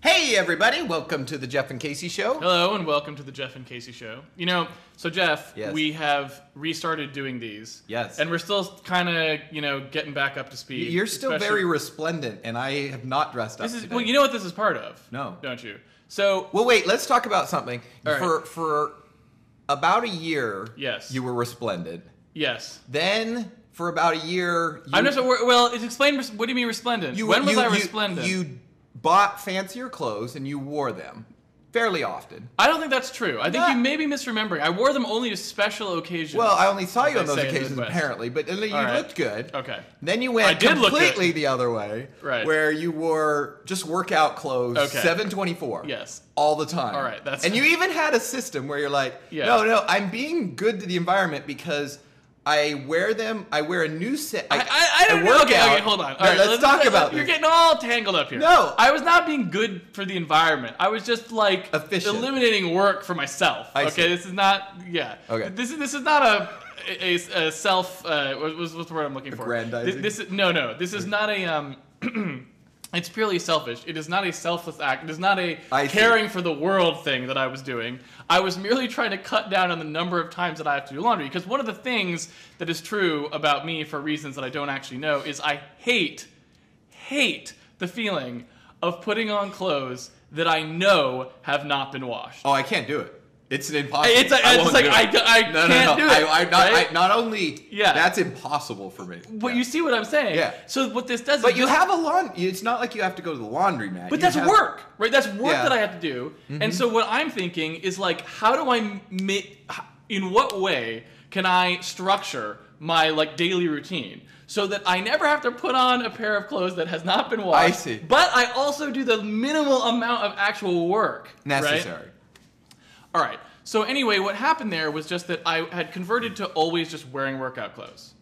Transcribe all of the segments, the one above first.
Hey, everybody, welcome to the Jeff and Casey Show. Hello and welcome to the Jeff and Casey Show. You know, so Jeff, Yes. we have restarted doing these. Yes. And we're still kind of, you know, getting back up to speed. You're still especially- very resplendent, and I have not dressed up. This is today. well, you know what this is part of. No. Don't you? So Well, wait, let's talk about something. All right. For, for about a year, Yes. you were resplendent. yes, Then, for about a year, you, I'm just well. It's explained. What do you mean resplendent? you when was you- I you- resplendent? you bought fancier clothes and you wore them fairly often. I don't think that's true. I think Nah. you may be misremembering. I wore them only to special occasions. Well, I only saw you As on those they say in the occasions, Midwest. apparently, but you All right. looked good. Okay. Then you went I did look completely the other way, Right. Where you wore just workout clothes, Okay. seven twenty four, Yes. all the time. All right, that's- and you even had a system where you're like, Yeah. no, no, I'm being good to the environment because I wear them. I wear a new set. I, I, I don't know. work Okay, okay, out. hold on. All No, let's, talk about You're this. getting all tangled up here. No. I was not being good for the environment. I was just like Efficient. eliminating work for myself. I okay, see. this is not. Yeah. Okay. This is this is not a a, a- a self. Uh, what, what's what's the word I'm looking for? Aggrandizing? This, this is no no. This is not a um. It's purely selfish. It is not a selfless act. It is not a I see. caring for the world thing that I was doing. I was merely trying to cut down on the number of times that I have to do laundry. Because one of the things that is true about me, for reasons that I don't actually know, is I hate, hate the feeling of putting on clothes that I know have not been washed. oh, I can't do it. It's an impossible. It's, like- it's won't like do I, it. I no, can't no, no. do it. I, I, not, right? I, not only. Yeah. That's impossible for me. but Yeah. you see what I'm saying. Yeah. So what this does But is you this- have a lawn. It's not like you have to go to the laundromat. But You that's have- work, right? That's work Yeah. Mm-hmm. that I have to do. And so what I'm thinking is like, how do I make? In what way can I structure my like daily routine so that I never have to put on a pair of clothes that has not been washed? I see. But I also do the minimal amount of actual work right? necessary. All right. So anyway, what happened there was just that I had converted to always just wearing workout clothes.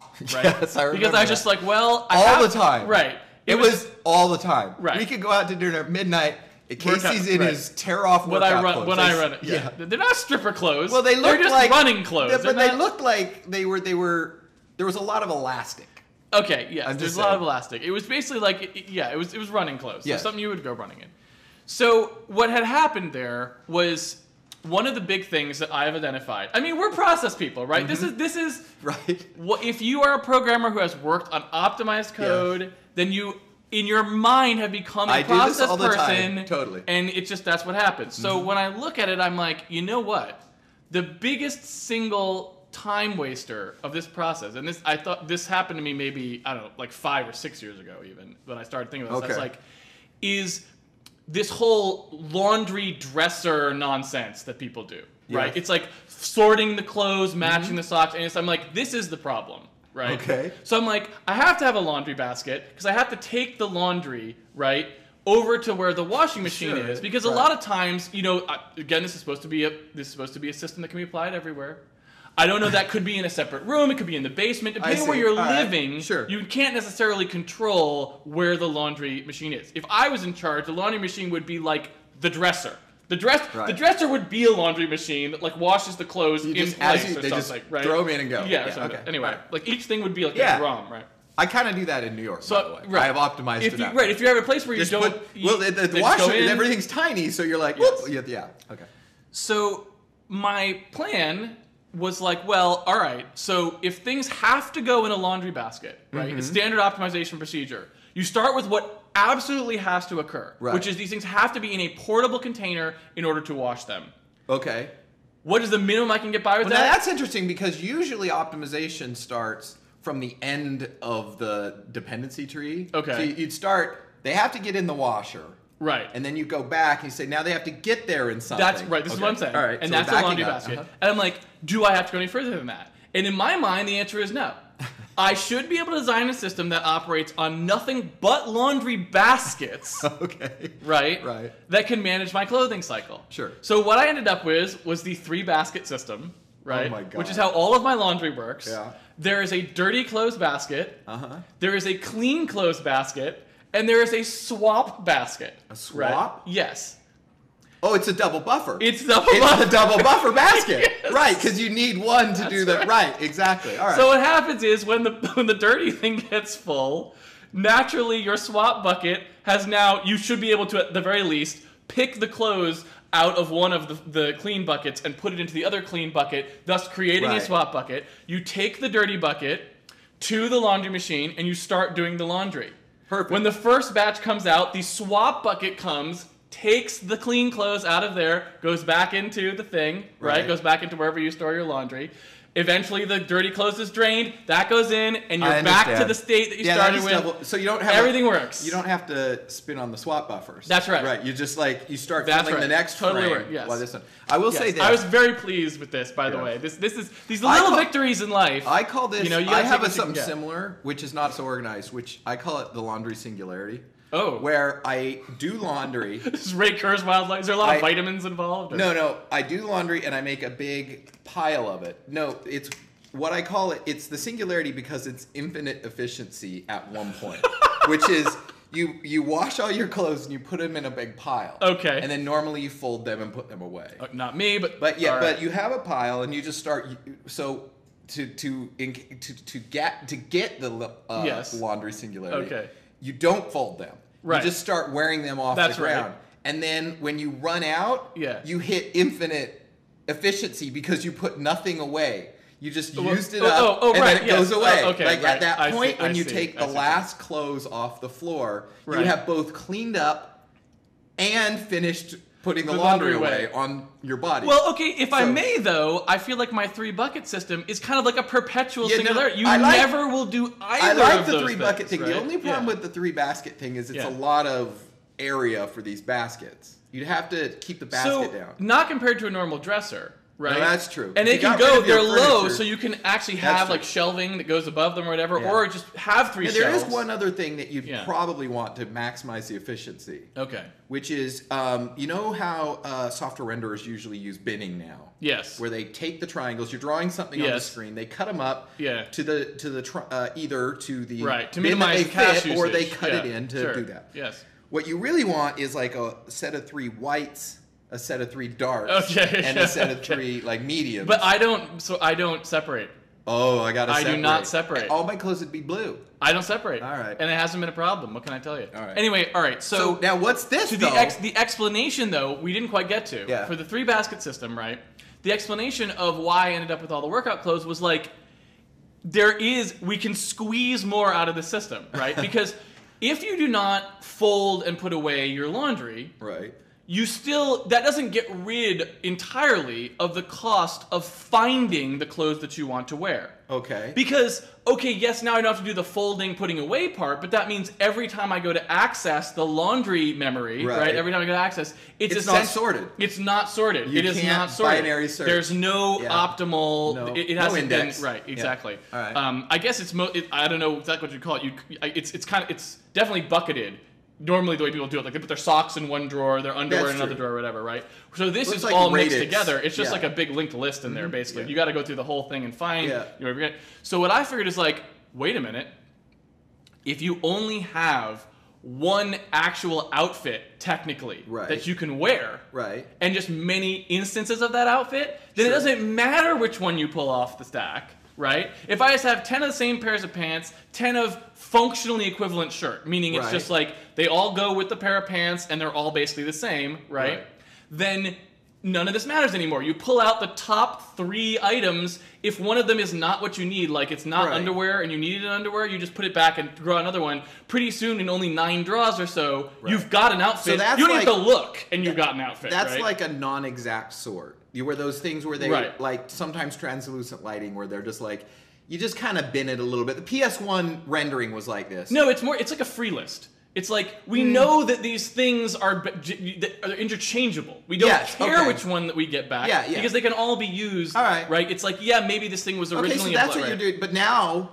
Right? Yes, I Because remember I that. just like, well, I all have- the time. Right. It, was, all the time. Right. We could go out to dinner at midnight. Casey's Workout, in right. his tear off when workout I run clothes. when I I s- run it. Yeah. they're not stripper clothes. Well, they look they're just like running clothes. Yeah, They're but they not- looked like they were. They were. There was a lot of elastic. okay. Yes, I'm there's just a lot saying. of elastic. It was basically like it- it- yeah, it was it was running clothes. It was Yes. something you would go running in. So what had happened there was one of the big things that I have identified. I mean, we're process people, right? This is Mm-hmm. this is Right. What if you are a programmer who has worked on optimized code, then you in your mind have become a I do this process all the time, person. totally. Mm-hmm. And it's just that's what happens. So when I look at it, I'm like, you know what? The biggest single time waster of this process, and this I thought this happened to me maybe, I don't know, like five or six years ago even, when I started thinking about this. I was Okay. like, is this whole laundry dresser nonsense that people do, right? Yes. It's like sorting the clothes, Mm-hmm. matching the socks, and it's, I'm like, this is the problem, right? Okay. So I'm like, I have to have a laundry basket because I have to take the laundry, right, over to where the washing machine Sure, is because a right. lot of times, you know, I- again, this is supposed to be a this is supposed to be a system that can be applied everywhere. I don't know. That could be in a separate room. It could be in the basement. Depending where see. you're All right. living, Sure. you can't necessarily control where the laundry machine is. If I was in charge, the laundry machine would be like the dresser. The dress, the Right. dresser would be a laundry machine that like washes the clothes You in just- as place you- or they just something, right? throw 'em in and go. Yeah, or Yeah, something. okay. Anyway, Alright. like each thing would be like Yeah. a drum, right? I kind of do that in New York. by the way. I have optimized if it you, out. Right, if you have a place where you Just don't, put- you- well, the, the, they the just go washer, in. everything's tiny, so you're like, Yes. whoop, yeah, yeah, okay. So my plan was like, well, all right. So if things have to go in a laundry basket, right? Mm-hmm. It's standard optimization procedure. You start with what absolutely has to occur, Right. which is these things have to be in a portable container in order to wash them. Okay. What is the minimum I can get by with Well, now that? that's interesting because usually optimization starts from the end of the dependency tree. Okay. So you- you'd start, they have to get in the washer. right. And then you go back and you say, now they have to get there in something. That's right. This is Okay. what I'm saying. All right. And so that's we're a backing laundry up. basket. Uh-huh. And I'm like, do I have to go any further than that? And in my mind, the answer is no. I should be able to design a system that operates on nothing but laundry baskets, Uh-huh. Okay. right? Right. That can manage my clothing cycle. Sure. So what I ended up with was the three basket system, right? Oh my God. Which is how all of my laundry works. Yeah. There is a dirty clothes basket. Uh-huh. There is a clean clothes basket, and there is a swap basket. A right? swap? Yes. Oh, it's a double buffer. It's double It's buffer. a double buffer basket. Yes. Right, because you need one to do That's that. Right, exactly. All right. So what happens is when the when the dirty thing gets full, naturally your swap bucket has now you should be able to at the very least pick the clothes out of one of the, the clean buckets and put it into the other clean bucket, thus creating a Right. swap bucket. You take the dirty bucket to the laundry machine and you start doing the laundry. Perfect. When the first batch comes out, the swap bucket comes, takes the clean clothes out of there, goes back into the thing, right? Right. Goes back into wherever you store your laundry. Eventually, the dirty clothes is drained. That goes in, and I you're back to understand. the state that you Yeah, that started is with. double- so you don't have Everything a- works. You don't have to spin on the swap buffers. That's right. Right. You just like you start That's filling right. the next Totally frame right, yes. while this one. I will Yes, say this. I was very pleased with this, by the Yeah. way. This this is these I little call- victories in life. I call this. You know, you I gotta have take a what you can something get. similar, which is not so organized. Which I call it the laundry singularity. Oh. Where I do laundry. This is Ray Kurzweil's life. Is there a lot I- of vitamins involved? or- no, no, I do laundry and I make a big pile of it. No, it's what I call it. It's the singularity because it's infinite efficiency at one point, which is. You, you wash all your clothes and you put them in a big pile. Okay. And then normally you fold them and put them away. Uh, Not me, but But yeah, all right. but you have a pile, and you just start. So to to in, to to get to get the la- uh, Yes. laundry singularity. Okay. You don't fold them. Right. You just start wearing them off That's the right. ground, and then when you run out, Yeah. you hit infinite efficiency because you put nothing away. You just Well, used it oh, up, oh, oh, and right, then it yes. goes away. Oh, okay, like right. at that I see, point, when I you see, take I the see. last clothes off the floor, Right. you have both cleaned up and finished putting the, The laundry, laundry away. away on your body. Well, okay, if I So- may, though, I feel like my three bucket system is kind of like a perpetual Yeah, no, singularity. you I like- never will do I either like of the those three things, bucket thing. right? The only problem Yeah. with the three basket thing is it's Yeah. a lot of area for these baskets. You'd have to keep the basket so down. not compared to a normal dresser, right? that's true. And If it you can got rid go; of your they're low, furniture- so you can actually That's have true. like shelving that goes above them or whatever, Yeah. or just have three Now, there shelves. is one other thing that you'd Yeah. Uh. probably want to maximize the efficiency, Okay. which is um, you know how uh, software renderers usually use binning now. Yes. Where they take the triangles, you're drawing something on the Yes. screen, they cut them up Yeah. to the to the tri- uh, either to the Right to bin that minimize they cash fit, or they usage. cut it Yeah, in to sure. do that. Yes. What you really want is like a set of three whites, a set of three darks, Okay, and yeah, a set of okay. three like mediums. But I don't. So I don't separate. oh, I gotta. I do separate. not separate. All my clothes would be blue. I don't separate. All right. And it hasn't been a problem. What can I tell you? All right. Anyway, all right. So, now what's this? to though? the ex- the explanation though we didn't quite get to Yeah. for the three basket system right the explanation of why i ended up with all the workout clothes was like there is we can squeeze more out of the system right because if you do not fold and put away your laundry right. you still that doesn't get rid entirely of the cost of finding the clothes that you want to wear Okay. because, okay, yes, now I don't have to do the folding, putting away part, but that means every time I go to access the laundry memory, right? Right. every time I go to access, it's, It's not essen- sorted. It's not sorted. You it is can't not sorted. binary search. There's no Yeah. optimal. No- It, it no hasn't index. been right. Yeah. Exactly. All right. Um, I guess it's. Mo- it, I don't know exactly what you call it. You. c- I- It's. It's kind of. It's definitely bucketed. Normally, the way people do it, like they put their socks in one drawer, their underwear That's in another true. drawer, or whatever, right? So this Looks is like all mixed ratings. together. It's just Yeah. like a big linked list in there, basically. Mm-hmm. Yeah. You got to go through the whole thing and find. Yeah. You know, every- so what I figured is like, wait a minute. If you only have one actual outfit, technically, Right. that you can wear, Right. and just many instances of that outfit, then it Sure. doesn't matter which one you pull off the stack, right? If I just have 10 of the same pairs of pants, 10 of functionally equivalent shirt, meaning it's Right. just like they all go with the pair of pants and they're all basically the same, right? Right. Then none of this matters anymore. You pull out the top 3 items, if one of them is not what you need, like it's not Right. underwear and you needed an underwear, you just put it back and draw another one. Pretty soon in only 9 draws or so, Right. you've got an outfit. that's you don't like- even have to look and you've got an outfit, That's right? like a non-exact sort. You wear those things where they Right. like sometimes translucent lighting, where they're just like you just kind of bend it a little bit. The PS1 rendering was like this. No, it's more. It's like a free list. It's like we Hmm. know that these things are b- j- that are interchangeable. We don't Yes, care okay. which one that we get back. Yeah, yeah. Because they can all be used. All right. Right. It's like yeah, maybe this thing was Okay, originally. so a that's bla- what right. you're doing. But now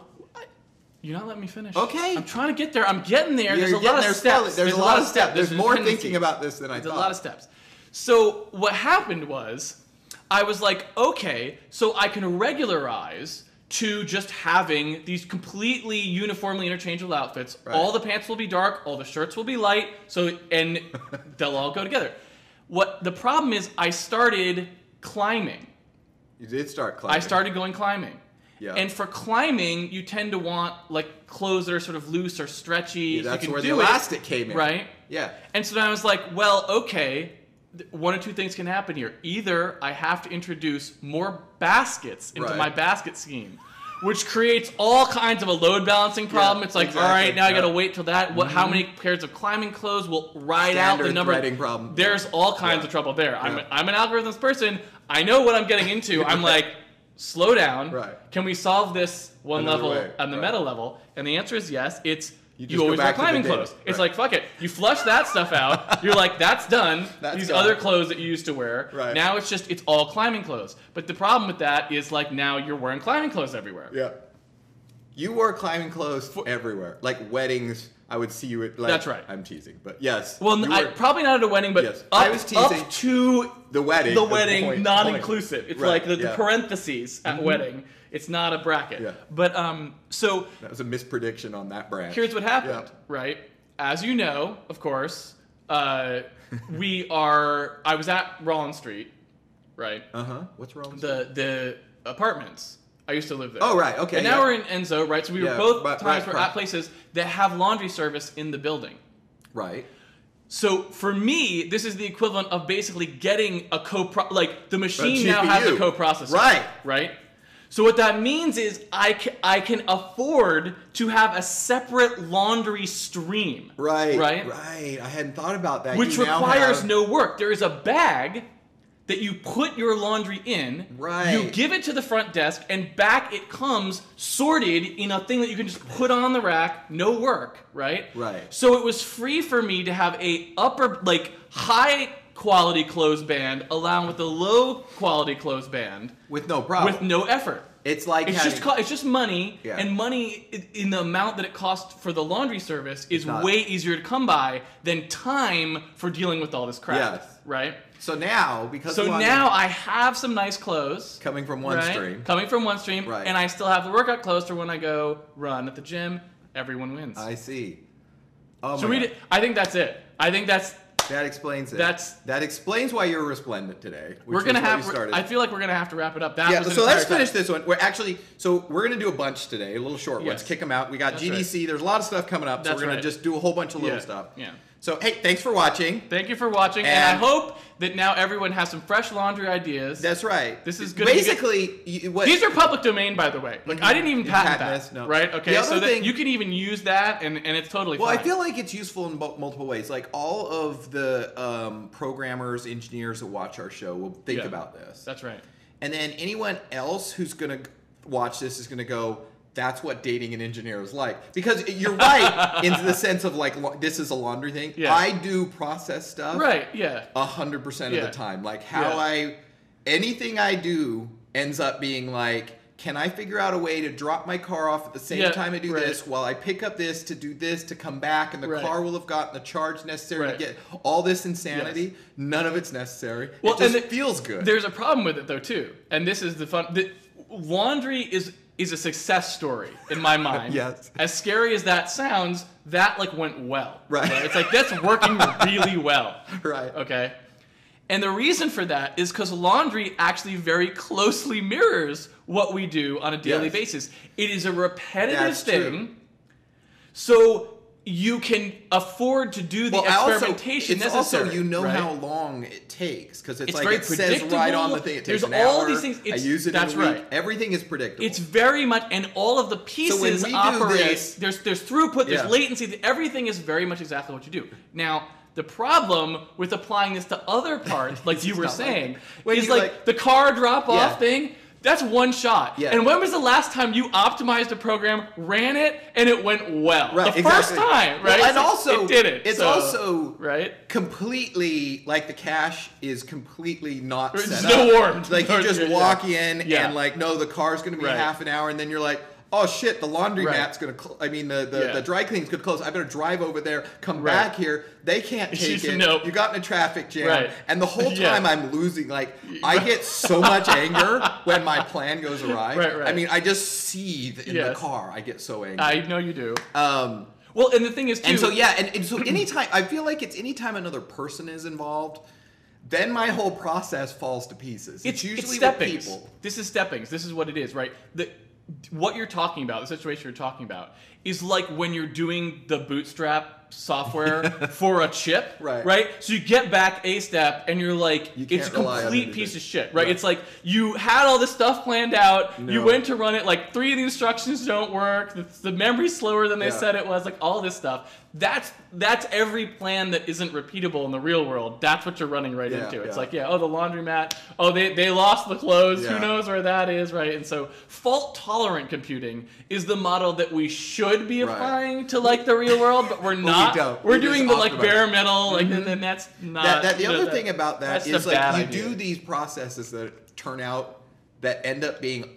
You're not letting me finish. Okay. I'm trying to get there. I'm getting there. You're There's a getting lot of there steps. slowly. There's a lot of steps. There's more dependencies. thinking about this than I There's a thought. lot of steps. So what happened was, I was like, okay, so I can regularize to just having these completely uniformly interchangeable outfits. Right. All the pants will be dark. All the shirts will be light. So and they'll all go together. What the problem is, I started climbing. you did start climbing. I started going climbing. Yeah. And for climbing, you tend to want like clothes that are sort of loose or stretchy. so you That's can where the do it. elastic came in. right? Yeah. And so then I was like, well, okay, th- one of two things can happen here. Either I have to introduce more baskets into Right. my basket scheme, which creates all kinds of a load balancing problem. Yeah, it's like, exactly. all right, now I Yeah. Mm-hmm. got to wait till that. What, How many pairs of climbing clothes will ride out the Standard number? threading problem. There's all kinds Yeah. of trouble there. I'm, Yeah. I'm an algorithms person. I know what I'm getting into. I'm like, slow down. Right. Can we solve this one Another level way. on the Right. meta level? And the answer is yes. It's you, just go always wear back to the climbing data. clothes. It's Right. like fuck it. You flush that stuff out. You're like, that's done. That's These done. other clothes that you used to wear. Right. Now it's just it's all climbing clothes. But the problem with that is like now you're wearing climbing clothes everywhere. Yeah. You wore climbing clothes everywhere, like weddings. I would see you at. Like, That's right. I'm teasing, but yes. Well, you n I were- probably not at a wedding, but Yes. up, I was teasing. up to the wedding. the is wedding, point- not point. inclusive. It's Right, like the, yeah. Mm-hmm. the parentheses at wedding. It's not a bracket. Yeah. But um, so That was a misprediction on that branch. here's what happened, Yeah. right? As you know, of course, uh, we are. I was at Rollins Street, right? Uh huh. What's wrong? with that? The the apartments. I used to live there. Oh, right, okay, And now yeah. we're in Enzo, right? So we Yeah, were both but- times right, we're right. at places that have laundry service in the building. right. So for me, this is the equivalent of basically getting a co like the machine A now has a GPU. coprocessor. Right. Right. So what that means is I can, I can afford to have a separate laundry stream. Right. Right. Right. I hadn't thought about that. Which You now requires have- no work. There is a bag that you put your laundry in. Right. You give it to the front desk, and back it comes sorted in a thing that you can just put on the rack. No work, right? Right. So it was free for me to have a upper, like high quality clothes band, along with a low quality clothes band, with no problem. with no effort. it's like It's having, just co- it's just money, Yeah. and money i- in the amount that it costs for the laundry service is not- way easier to come by than time for dealing with all this crap. Yes. Right. so now because So one- now I have some nice clothes coming from one right, stream. coming from one stream, Right. and I still have the workout clothes for when I go run at the gym. Everyone wins. I see. Oh so my we, God. did, I think that's it. I think that's That explains it. That's- that explains why you're resplendent today. Which we're gonna was where have. you started. I feel like we're gonna have to wrap it up. That yeah, was an so let's entire finish time. this one. We're actually, so we're gonna do a bunch today, little short ones. Yes. Kick them out. We got That's GDC. There's a lot of stuff coming up, so That's we're gonna right. just do a whole bunch of little Yeah, stuff. yeah. So hey, thanks for watching. Thank you for watching, and, I And- hope that now everyone has some fresh laundry ideas. That's right. This is gonna be good. Basically, you, what, These are public domain, by the way. Like I didn't even You patent, Uh, Mm-hmm. patent that, this? No. right? Okay, The so other that thing- you can even use that, and, and it's totally Well, fine. I feel like it's useful in mul- multiple ways. Like all of the um, programmers, engineers that watch our show will think Yeah. about this, that's right. and then anyone else who's gonna g- watch this is gonna go. That's what dating an engineer is like. Because you're right in the sense of like la- this is a laundry thing. Yeah. I do process stuff Right? Yeah. a hundred percent of Yeah. the time. Like how Yeah. I anything I do ends up being like, can I figure out a way to drop my car off at the same Yeah, time I do right. this while I pick up this to do this to come back and the Right. car will have gotten the charge necessary Right. to get all this insanity. None of it's necessary. Well, it just and the- feels good. There's a problem with it though too, and this is the fun. The, laundry is is a success story in my mind. Yes. As scary as that sounds, that like went well. Right. Like, It's like that's working really well. Right. Okay. And the reason for that is because laundry actually very closely mirrors what we do on a daily Yes. basis. It is a repetitive That's thing. true. So you can afford to do the Well, I also- experimentation it's necessary. also you know right? how long it takes because it's, It's like very it says right on predictable. the thing. It takes There's an all hour. these things- I it's- use it that's in a week. right. Everything is predictable. It's very much, and all of the pieces we do operate. this- there's there's throughput, there's Yeah. latency. th- Everything is very much exactly what you do. Now, the problem with applying this to other parts, like you It's were not like saying, that. When is you, like, like- the car drop off Yeah. thing. That's one shot. Yeah. And when was the last time you optimized a program, ran it, and it went well? Right, the first exactly. Well, time, right? and It's like, also- it did it. it's so- also- right. completely like the cache is completely not It's set up. no warmed. Like you just Yeah, yeah. walk in Yeah. and like no, the car's gonna be Right. in half an hour, and then you're like, oh shit, the laundry Right. mat's gonna. Cl- I mean, the the, Yeah. the dry cleaning's gonna close. I better drive over there, come Right. back here. They can't take it. Nope. You got in a traffic jam, Right. and the whole Yeah. time I'm losing. Like I get so much anger when my plan goes awry. Right, right. I mean, I just seethe in the Yes. car. I get so angry. I know you do. um, Well, and the thing is too. and so yeah, and, and so anytime I feel like it's anytime another person is involved, then my whole process falls to pieces. It's, usually with steppings. people. This is steppings. This is what it is, right? The what you're talking about, the situation you're talking about, is like when you're doing the bootstrap software for a chip, Right. Right. So you get back a step, and you're like, You it's a can't rely on complete piece anything. of shit, right? Right. It's like you had all this stuff planned out. You No. went to run it. Like three of the instructions don't work. The, the memory's slower than they Yeah. said it was. Like all this stuff. That's that's every plan that isn't repeatable in the real world. That's what you're running right Yeah, into. It's yeah. like yeah, oh the laundromat. Oh they they lost the clothes. Who Yeah. knows? knows where that is, right? And so fault tolerant computing is the model that we should be Right. applying to like the real world, but we're not. don't. are We doing just the opt like about bare metal, like and then that's not. that, that the Uh, you know, other thing about that that's is a like bad you idea. do these processes that turn out that end up being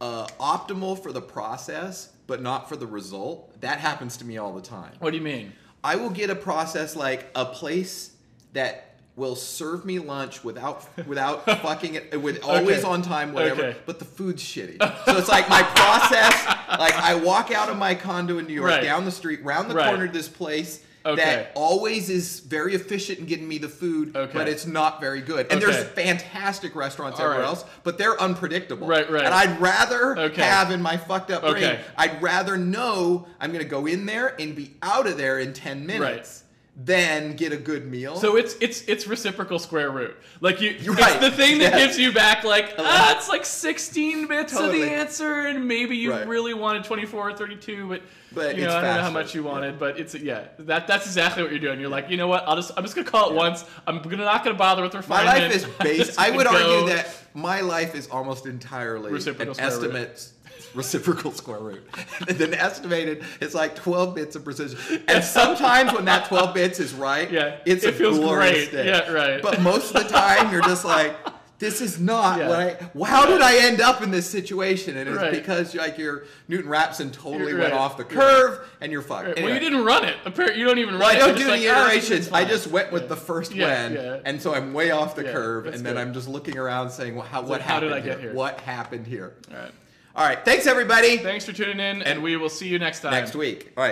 uh, optimal for the process but not for the result that happens to me all the time What do you mean? i will get a process like a place that will serve me lunch without without fucking it with always Okay. on time whatever Okay. but the food's shitty so it's like my process like i walk out of my condo in new york Right. down the street round the Right. corner to this place Okay. that always is very efficient in getting me the food, Okay. but it's not very good. And there's Okay. fantastic restaurants All everywhere right. else, but they're unpredictable. Right, right. And I'd rather Okay. have in my fucked up brain, Okay. I'd rather know I'm going to go in there and be out of there in 10 minutes than get a good meal. So it's it's it's reciprocal square root. Like you, You're it's right. the thing that Yeah. gives you back like ah, it's like 16 bits of Totally. the answer, and maybe you Right. really wanted 24 or 32, but, But you know it's I don't know how faster. much you Yeah. wanted. But it's yeah, that that's exactly what you're doing. You're like, you know what? I'll just I'm just gonna call it once. I'm gonna not gonna bother with my refinement. life is I'm based, just I would gonna go- argue that my life is almost entirely Reciprocal an square root. estimate. Reciprocal square root. then estimated, it's like 12 bits of precision. Yeah. And sometimes when that 12 bits is right, Yeah, it's it a feels glorious great. day. Yeah, right. But most of the time, you're just like, this is not Yeah. what I. well, How did I end up in this situation? And it's Right. because like your Newton Raphson totally You're went right. off the Yeah. curve, and you're fucked. Well, Anyway. you didn't run it. Apparently, you don't even run Well, I it. don't You're do just any like, ah, it's iterations. I fine. just went with Yeah. the first Yeah, win, yeah. and so I'm way off the Yeah, curve. that's And then good. I'm just looking around, saying, "Well, how, what like, how happened did I get here? What happened here?" All right. All right, thanks everybody. Thanks for tuning in, and And- we will see you next time. Next week. All right.